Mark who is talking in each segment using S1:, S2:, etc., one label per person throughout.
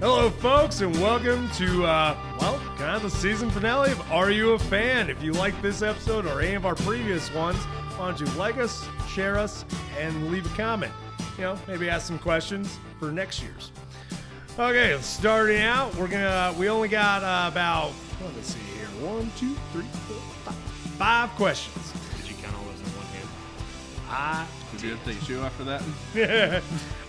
S1: Hello, folks, and welcome to, uh, well, kind of the season finale of Are You a Fan? If you like this episode or any of our previous ones, why don't you like us, share us, and leave a comment? You know, maybe ask some questions for next year's. Okay, starting out, we're gonna, we only got uh, about, let me see here, one, two, three, four, five, five questions.
S2: Did you count all those in one hand?
S1: I
S3: Did you have to take your shoe after that?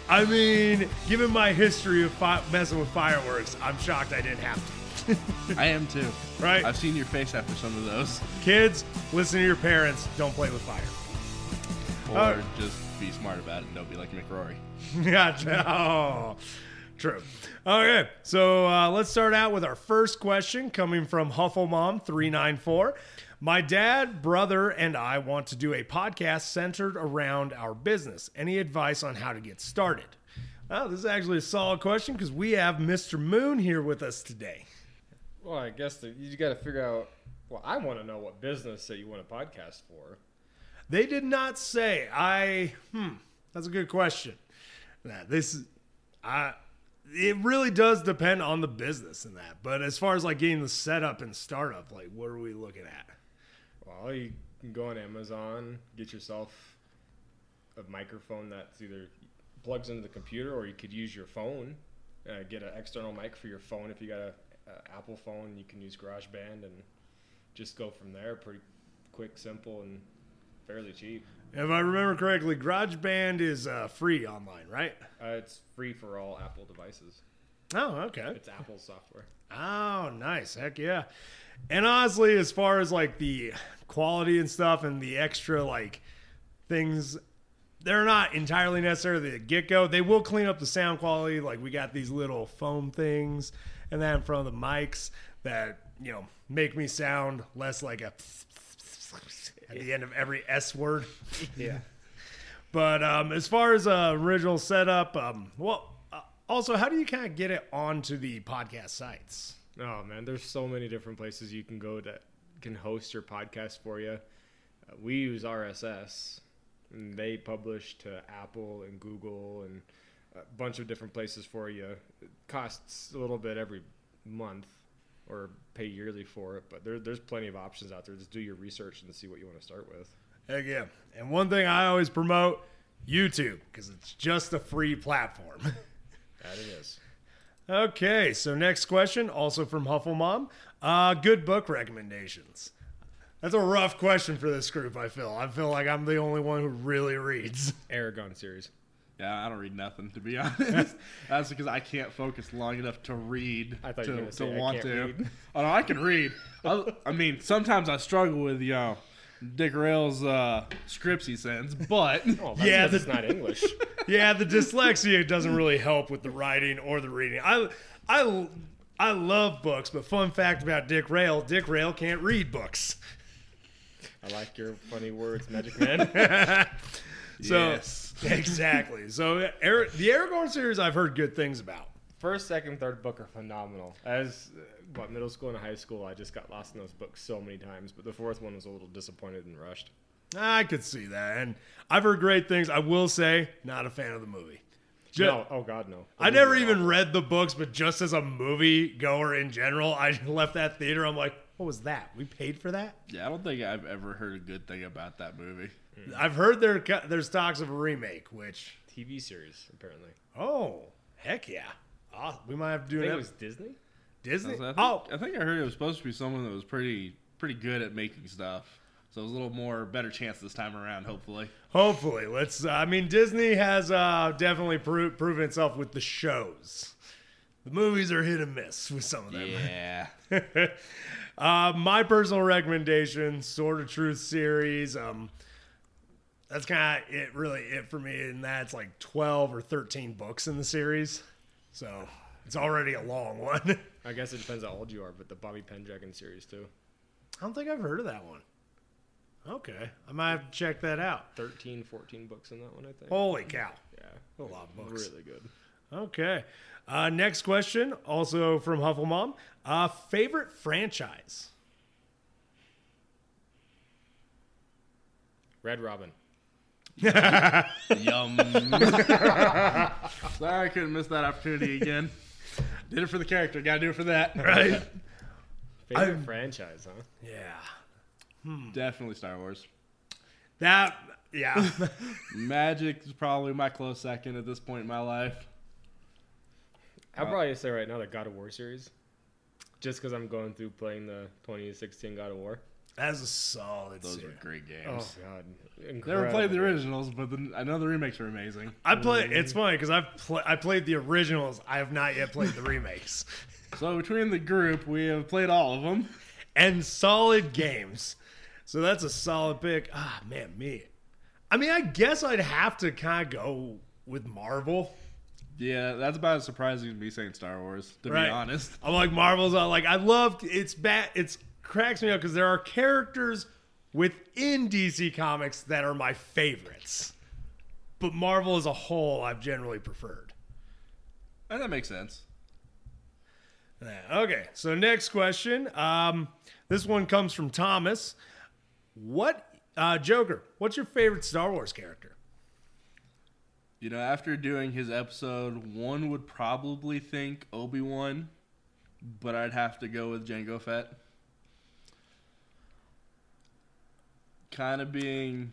S1: I mean, given my history of fi- messing with fireworks, I'm shocked I didn't have to.
S3: I am too.
S1: Right.
S3: I've seen your face after some of those.
S1: Kids, listen to your parents. Don't play with fire.
S3: Or
S1: Uh,
S3: just be smart about it and don't be like McRory.
S1: gotcha. Oh, true. Okay, so uh, let's start out with our first question coming from Hufflemom394. My dad, brother, and I want to do a podcast centered around our business. Any advice on how to get started? Oh, this is actually a solid question because we have Mr. Moon here with us today.
S4: Well, I guess that you got to figure out. Well, I want to know what business that you want a podcast for.
S1: They did not say. I hmm, that's a good question. Nah, this I it really does depend on the business in that. But as far as like getting the setup and startup, like what are we looking at?
S4: Well, you can go on Amazon, get yourself a microphone that's either plugs into the computer, or you could use your phone. Uh, get an external mic for your phone if you got a, a Apple phone. You can use GarageBand and just go from there. Pretty quick, simple, and fairly cheap.
S1: If I remember correctly, GarageBand is uh, free online, right?
S4: Uh, it's free for all Apple devices.
S1: Oh, okay.
S4: It's Apple software.
S1: Oh, nice. Heck yeah. And honestly, as far as like the quality and stuff and the extra like things, they're not entirely necessarily the get go. They will clean up the sound quality. Like we got these little foam things and that in front of the mics that, you know, make me sound less like a at the end of every S word.
S4: Yeah.
S1: But um, as far as uh, original setup, um, well, uh, also, how do you kind of get it onto the podcast sites?
S4: Oh man, there's so many different places you can go that can host your podcast for you. Uh, we use RSS, and they publish to Apple and Google and a bunch of different places for you. It costs a little bit every month, or pay yearly for it. But there, there's plenty of options out there. Just do your research and see what you want to start with.
S1: Heck yeah. And one thing I always promote YouTube because it's just a free platform.
S4: That it is.
S1: okay, so next question, also from Huffle Mom. Uh, good book recommendations. That's a rough question for this group, I feel. I feel like I'm the only one who really reads.
S4: Aragon series.
S3: Yeah, I don't read nothing to be honest. That's because I can't focus long enough to read.
S4: I thought
S3: to,
S4: you were gonna say,
S3: to
S4: "I
S3: want
S4: can't
S3: to.
S4: read."
S3: Oh, no, I can read. I, I mean, sometimes I struggle with you know Dick Rail's uh, scripts he sends, but
S4: Oh, that's
S1: Yeah,
S4: yeah, that's
S1: the-
S4: not English.
S1: yeah, the dyslexia doesn't really help with the writing or the reading. I, I, I love books, but fun fact about Dick Rail Dick Rail can't read books.
S4: I like your funny words, Magic Man.
S1: So,
S3: yes,
S1: exactly. So Ar- the Aragorn series, I've heard good things about.
S4: first, second, third book are phenomenal. As uh, what middle school and high school, I just got lost in those books so many times. But the fourth one was a little disappointed and rushed.
S1: I could see that, and I've heard great things. I will say, not a fan of the movie. Ju-
S4: no, oh god, no.
S1: I never even read the books, but just as a movie goer in general, I left that theater. I'm like, what was that? We paid for that.
S3: yeah, I don't think I've ever heard a good thing about that movie.
S1: I've heard there co- there's talks of a remake, which
S4: TV series apparently.
S1: oh heck yeah, Aw, we might have to
S4: I
S1: do
S4: think
S1: it.
S4: it was Disney.
S3: I,
S1: Disney.
S3: was- I think,
S1: oh,
S3: I think I heard it was supposed to be someone that was pretty pretty good at making stuff. So it was a little more better chance this time around, hopefully.
S1: hopefully, let's. uh, I mean, Disney has uh, definitely pro- proven itself with the shows. The movies are hit and miss with some of them.
S3: Yeah.
S1: Uh, my personal recommendation, Sword of Truth series. Um, that's kind of it, really it for me, and that's like twelve or thirteen books in the series, so it's already a long one. I
S4: I guess it depends how old you are, but the Bobby Pendragon series too.
S1: don't think I've heard of that one. Okay, I might have to check that out.
S4: 13, 14 books in that one, I think.
S1: Holy cow,
S4: yeah,
S1: a lot of Oh. books.
S4: really good.
S1: Okay, uh, next question, also from Hufflemom. Uh, favorite franchise?
S4: Red Robin.
S3: Yum. Sorry, I couldn't miss that opportunity again. Did it for the character. Got to do it for that.
S1: Right?
S4: Favorite
S1: I'm-
S4: franchise, huh?
S1: yeah.
S3: Definitely Star Wars.
S1: That, yeah.
S3: Magic is probably my close second at this point in my life.
S4: I'll
S3: Uh,
S4: probably say right now the God of War series, just because I'm going through playing the 2016 God of War.
S1: That's a solid
S3: Those were
S1: series.
S3: great
S4: Oh
S3: games.
S4: God,
S3: Never played the
S4: Incredible.
S3: originals, but the, I know the remakes are amazing.
S1: I play. It's funny because I've pl- I played the originals. I have not yet played the remakes.
S3: So between the group, we have played all of them.
S1: and solid games. So that's a solid pick. Ah, man, me. I mean, I guess I'd have to kind of go with Marvel.
S3: Yeah, that's about as surprising as me saying Star Wars, to
S1: Right.
S3: be honest.
S1: I'm like Marvel's. I like I love it's bad. It's cracks me up because there are characters within DC Comics that are my favorites, but Marvel as a whole, I've generally preferred.
S3: And that makes sense.
S1: Yeah, Okay, so next question. Um, this one comes from Thomas. What uh, Joker? What's your favorite Star Wars character?
S3: You know, after doing his episode, one would probably think Obi Wan, but I'd have to go with Jango Fett. Kind of being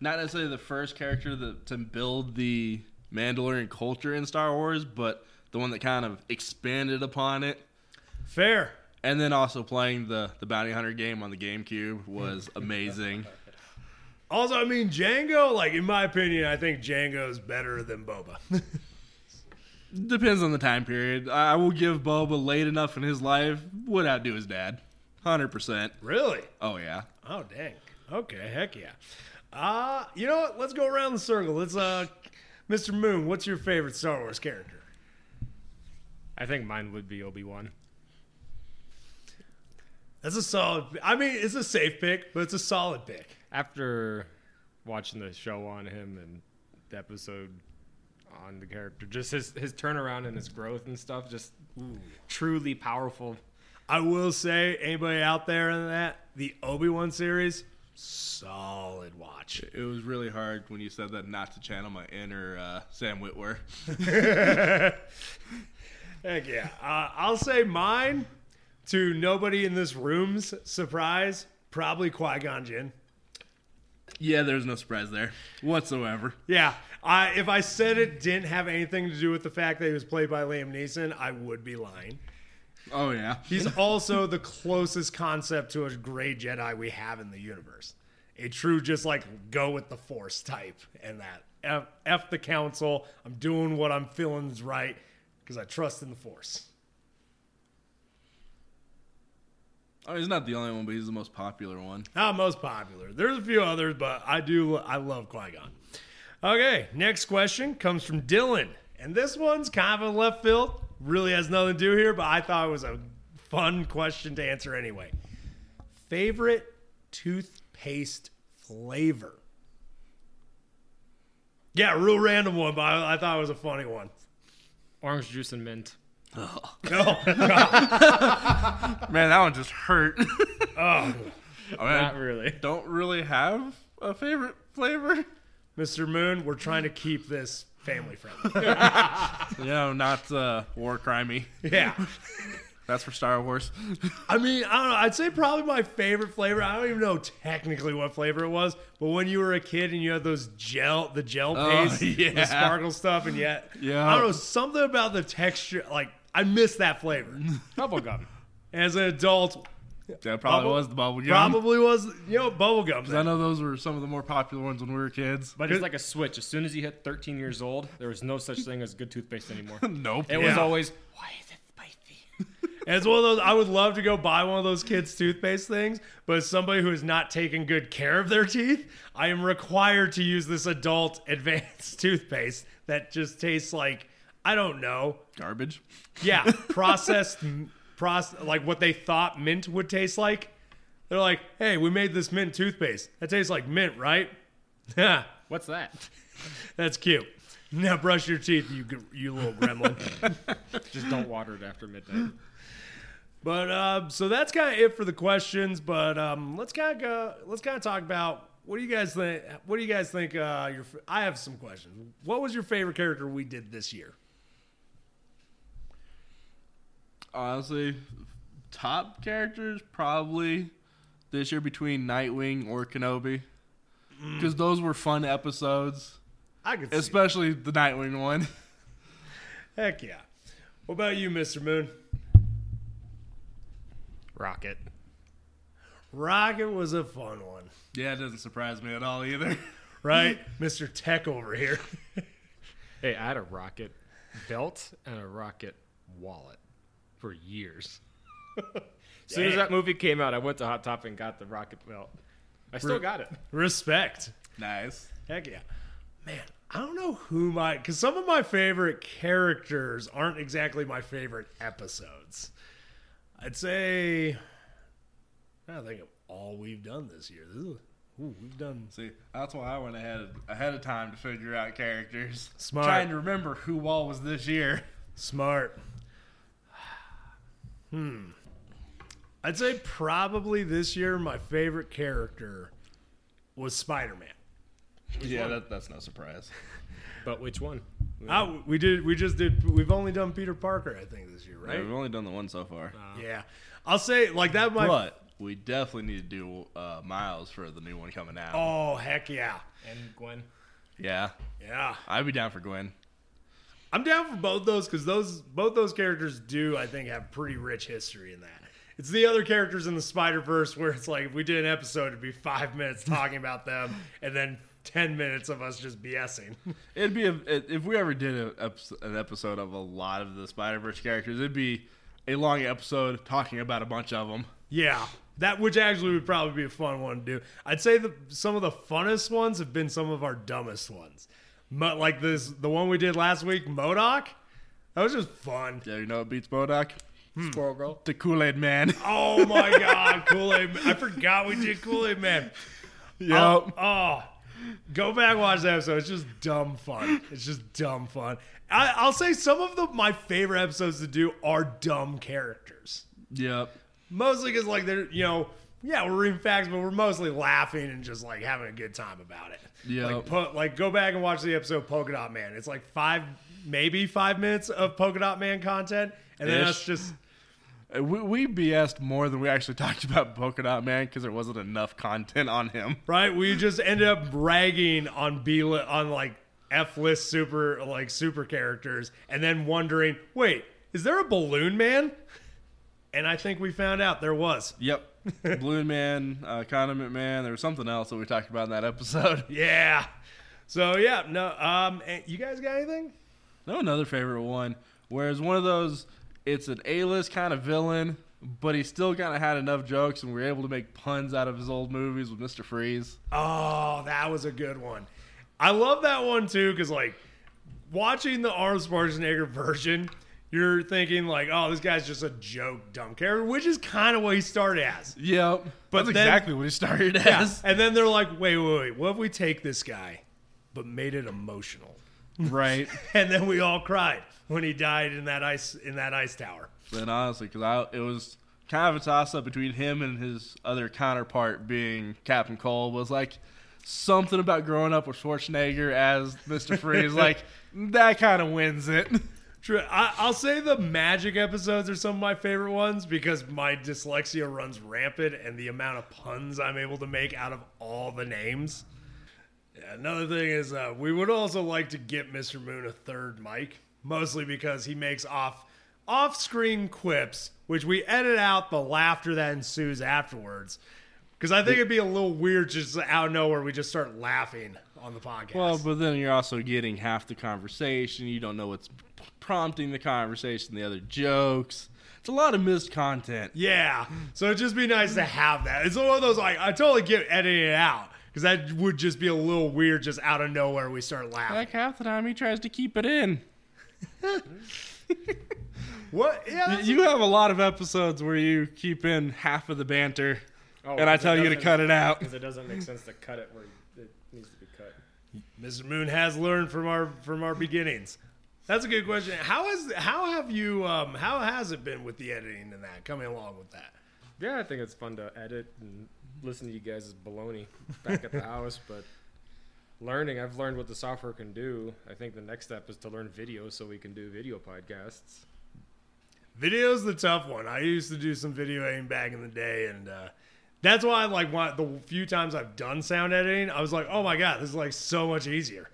S3: not necessarily the first character that, to build the Mandalorian culture in Star Wars, but the one that kind of expanded upon it.
S1: Fair.
S3: And then also playing the, the Bounty Hunter game on the GameCube was amazing.
S1: Also, I mean Django. Like in my opinion, I think Django is better than Boba.
S3: Depends on the time period. I I will give Boba late enough in his life would outdo his dad. 100%.
S1: really?
S3: Oh, yeah.
S1: Oh dang. Okay. Heck yeah. Uh, you know what? Let's go around the circle. Let's uh, Mr. Moon. What's your favorite Star Wars character?
S4: I think mine would be Obi Wan.
S1: That's a solid. I mean, it's a safe pick, but it's a solid pick.
S4: After watching the show on him and the episode on the character, just his his turnaround and his growth and stuff, just truly powerful.
S1: I will say, anybody out there in that, the Obi Wan series, solid watch.
S3: It was really hard when you said that not to channel my inner uh, Sam Witwer.
S1: Heck yeah. Uh, I'll say mine to nobody in this room's surprise, probably Qui Gon Jinn.
S3: Yeah, there's no surprise there whatsoever.
S1: Yeah. I, if I said it didn't have anything to do with the fact that he was played by Liam Neeson, I would be lying.
S3: Oh, yeah.
S1: He's also the closest concept to a gray Jedi we have in the universe. A true, just like go with the Force type, and that F, F the council. I'm doing what I'm feeling is right because I trust in the Force.
S3: Oh, he's not the only one, but he's the most popular one.
S1: Not most popular. There's a few others, but I do. I love Qui Gon. Okay, next question comes from Dylan, and this one's kind of a left field. Really has nothing to do here, but I thought it was a fun question to answer anyway. Favorite toothpaste flavor? Yeah, real random one, but I, I thought it was a funny one.
S4: Orange juice and mint.
S1: No,
S3: Man, that one just hurt.
S1: oh,
S3: I mean,
S4: Not really.
S3: don't really have a favorite flavor.
S1: Mr. Moon, we're trying to keep this family friendly.
S3: You know, not uh, war crimey.
S1: Yeah.
S3: That's for Star Wars.
S1: I mean, I don't know. I'd say probably my favorite flavor. I don't even know technically what flavor it was, but when you were a kid and you had those gel, the gel
S3: Oh,
S1: paste, the
S3: yeah.
S1: sparkle stuff, and yet,
S3: Yeah.
S1: I don't know, something about the texture. Like, I miss that flavor.
S4: Bubblegum.
S1: As an adult,
S3: That probably
S1: Bubble-
S3: was the bubble gum.
S1: probably was, you know, bubblegum.
S3: I
S1: then.
S3: know those were some of the more popular ones when we were kids.
S4: But it's like a switch. As soon as you hit 13 years old, there was no such thing as good toothpaste anymore.
S3: nope.
S4: It was
S1: Yeah.
S4: always, why is it spicy?
S1: And it's one of those, I would love to go buy one of those kids' toothpaste things, but as somebody who is not taking good care of their teeth, I am required to use this adult advanced toothpaste that just tastes like, I don't know,
S3: Garbage.
S1: Yeah, processed, process like what they thought mint would taste like. They're like, "Hey, we made this mint toothpaste. That tastes like mint, right?" Yeah,
S4: What's that?
S1: that's cute. Now brush your teeth, you gr- you little gremlin.
S4: Just don't water it after midnight.
S1: but um, so that's kind of it for the questions. But um, let's kind of go. Let's kind of talk about what do you guys think? What do you guys think? Uh, your f- I have some questions. What was your favorite character we did this year?
S3: honestly, top characters probably this year between Nightwing or Kenobi, because those were fun episodes,
S1: I could see. it.
S3: especially the Nightwing one.
S1: Heck yeah. What about you, Mr. Moon?
S4: Rocket.
S1: Rocket was a fun one,
S3: yeah, it doesn't surprise me at all either.
S1: right? Mr. Tech over here.
S4: Hey, I had a rocket belt and a rocket wallet for years. as soon as
S1: Damn.
S4: that movie came out, I went to Hot Top and got the rocket belt. I still
S1: Re-
S4: got it.
S1: Respect.
S3: nice.
S1: Heck yeah. Man, I don't know who my because some of my favorite characters aren't exactly my favorite episodes. I'd say I don't think of all we've done this year. This is, ooh, we've done
S3: See, that's why I went ahead ahead of time to figure out characters.
S1: Smart.
S3: Trying to remember who all was this year.
S1: smart. Hmm. I'd say probably this year my favorite character was Spider Man.
S3: Yeah, that, that's no surprise.
S4: But which one?
S1: Ah, we did. We just did. We've only done Peter Parker, I think, this year, right?
S3: we've only done the one so far.
S1: Yeah. I'll say like that. My
S3: but we definitely need to do uh, Miles for the new one coming out.
S1: Oh heck yeah,
S4: And Gwen.
S3: Yeah,
S1: yeah.
S3: I'd be down for Gwen.
S1: I'm down for both those because those both those characters do I think have pretty rich history in that. It's the other characters in the Spider Verse where it's like if we did an episode, it'd be five minutes talking about them and then ten minutes of us just BSing.
S3: It'd be a, it- if we ever did a, eps- an episode of a lot of the Spider Verse characters, it'd be a long episode talking about a bunch of them.
S1: yeah, that which actually would probably be a fun one to do. I'd say the some of the funnest ones have been some of our dumbest ones, Mo- like this the one we did last week, Modoc. That was just fun.
S3: Yeah, you know what beats Bodak?
S4: Squirrel Girl.
S3: The Kool Aid Man.
S1: Oh my God, Kool Aid! I forgot we did Kool Aid Man.
S3: yep.
S1: Oh, go back and watch the episode. It's just dumb fun. It's just dumb fun. I, I'll say some of the my favorite episodes to do are dumb characters.
S3: Yep.
S1: Mostly because like they're you know yeah we're reading facts, but we're mostly laughing and just like having a good time about it.
S3: Yeah.
S1: Like put like go back and watch the episode Polka Dot Man. It's like five maybe five minutes of Polka Dot Man content, and then
S3: Ish.
S1: us just
S3: Uh, We, we BS'd more than we actually talked about Polka Dot Man because there wasn't enough content on him.
S1: Right, we just ended up bragging on B li- on like F list super like super characters, and then wondering, wait, is there a balloon man? And I think we found out there was.
S3: Yep. Balloon Man, uh, Condiment Man. There was something else that we talked about in that episode.
S1: Yeah. So yeah, no. Um, eh, you guys got anything?
S3: No, another favorite one. Whereas one of those, it's an A-list kind of villain, but he still kind of had enough jokes, and we were able to make puns out of his old movies with Mister Freeze.
S1: Oh, that was a good one. I love that one too because like watching the Arnold Schwarzenegger version, you're thinking like, oh, this guy's just a joke dumb character, which is kind of what he started as.
S3: Yep,
S1: But
S3: but
S1: then-
S3: that's exactly what he started
S1: Yeah.
S3: as.
S1: And then they're like, wait, wait, wait, what if we take this guy but made it emotional?
S3: Right.
S1: And then we all cried when he died in that ice in that ice tower.
S3: Then honestly, because I it was kind of a toss-up between him and his other counterpart, being Captain Cole, was like something about growing up with Schwarzenegger as Mister Freeze. like that kind of wins it.
S1: True. I, I'll say the magic episodes are some of my favorite ones because my dyslexia runs rampant and the amount of puns I'm able to make out of all the names. Yeah, Another thing is uh, we would also like to get Mr. Moon a third mic, mostly because he makes off off-screen quips, which we edit out the laughter that ensues afterwards. Because I think it'd be a little weird just out of nowhere we just start laughing on the podcast.
S3: Well, but then you're also getting half the conversation. You don't know what's prompting the conversation, the other jokes. It's a lot of missed content.
S1: Yeah. So it'd just be nice to have that. It's one of those like I totally get editing it out because that would just be a little weird just out of nowhere we start laughing.
S3: Like half the time, he tries to keep it in.
S1: What? Yeah.
S3: Y-
S1: that's-
S3: You have a lot of episodes where you keep in half of the banter,
S4: Oh,
S3: and I tell you to cut it out.
S4: Because it doesn't make sense to cut it where it needs to be cut.
S1: Mr. Moon has learned from our from our beginnings. That's a good question. How is how have you um how has it been with the editing and that coming along with that?
S4: Yeah, I think it's fun to edit and listen to you guys' baloney back at the house, but learning, I've learned what the software can do. I think the next step is to learn video so we can do video podcasts.
S1: Video's the tough one. I used to do some video editing back in the day, and uh, that's why I like want the few times I've done sound editing, I was like, oh my god, this is like so much easier.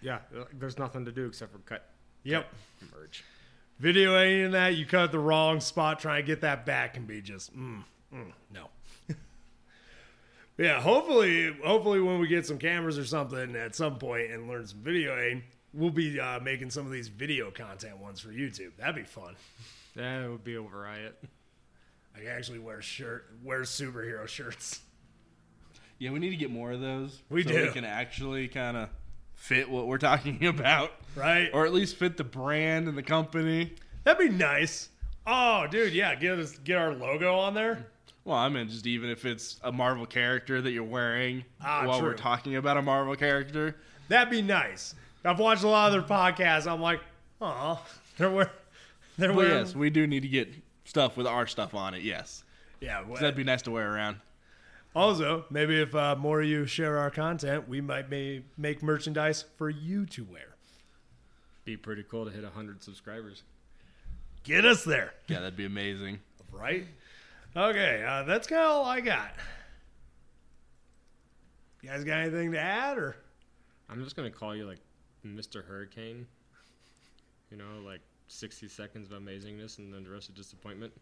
S4: Yeah, there's nothing to do except for cut,
S1: Yep.
S4: merge.
S1: Video editing that you cut the wrong spot, trying to get that back can be just mm, mm, no. yeah, hopefully, hopefully when we get some cameras or something at some point and learn some video editing, we'll be uh, making some of these video content ones for YouTube. That'd be fun.
S4: That would be a riot.
S1: I can actually wear shirt, wear superhero shirts.
S3: Yeah, we need to get more of those.
S1: We
S3: so
S1: do.
S3: We can actually kind of fit what we're talking about,
S1: Right?
S3: or at least fit the brand and the company.
S1: That'd be nice. Oh, dude, yeah, get us get our logo on there.
S3: Well, I mean, just even if it's a Marvel character that you're wearing
S1: Ah,
S3: while we're
S1: true.
S3: talking about a Marvel character.
S1: That'd be nice. I've watched a lot of their podcasts. I'm like, oh, they're wearing, they're
S3: Well,
S1: wearing,
S3: yes, we do need to get stuff with our stuff on it. Yes,
S1: yeah. well,
S3: that'd be nice to wear around.
S1: also, maybe if uh, more of you share our content, we might may make merchandise for you to wear.
S4: Be pretty cool to hit 100 subscribers.
S1: Get us there,
S3: Yeah, that'd be amazing.
S1: right? Okay, uh, that's kind of all I got. You guys got anything to add, or
S4: I'm just gonna call you like Mr. Hurricane. You know, like 60 seconds of amazingness and then the rest of disappointment.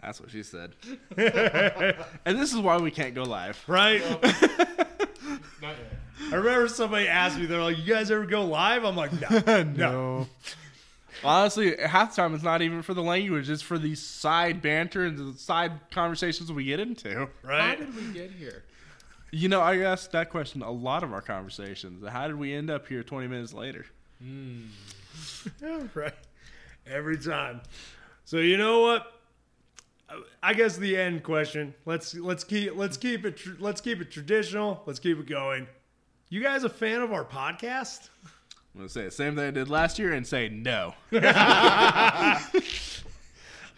S3: That's what she said. and this is why we can't go live.
S1: right?
S4: Not yet.
S1: I remember somebody asked me, they're like, "You guys ever go live?" I'm like, "No, no."
S3: Honestly, half the time it's not even for the language; it's for the side banter and the side conversations we get into.
S4: How
S1: right?
S4: did we get here?
S3: You know, I asked that question a lot of our conversations. How did we end up here 20 minutes later?
S1: Yeah, right. Every time. So you know what? I guess the end question. Let's let's keep let's keep it tr- let's keep it traditional. Let's keep it going. You guys a fan of our podcast?
S3: I'm gonna say the same thing I did last year and say no.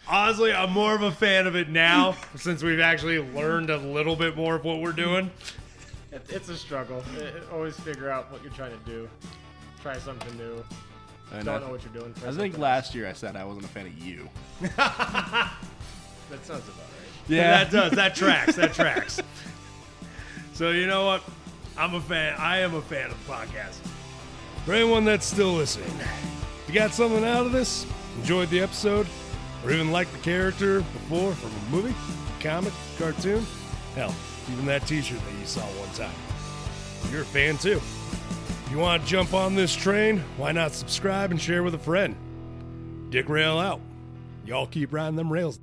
S1: Honestly, I'm more of a fan of it now since we've actually learned a little bit more of what we're doing.
S4: It's a struggle. Always figure out what you're trying to do. Try something new.
S3: And
S4: Don't
S3: I-
S4: know what you're doing.
S3: I think last year I said I wasn't a fan of you.
S4: That sounds about right.
S1: that does. That tracks. That tracks. So you know what? I'm a fan. I am a fan of the podcast. For anyone that's still listening, if you got something out of this, enjoyed the episode, or even liked the character before from a movie, comic, cartoon, hell, even that T-shirt that you saw one time, you're a fan too. If you want to jump on this train, why not subscribe and share with a friend? Dick Rail out. Y'all keep riding them rails.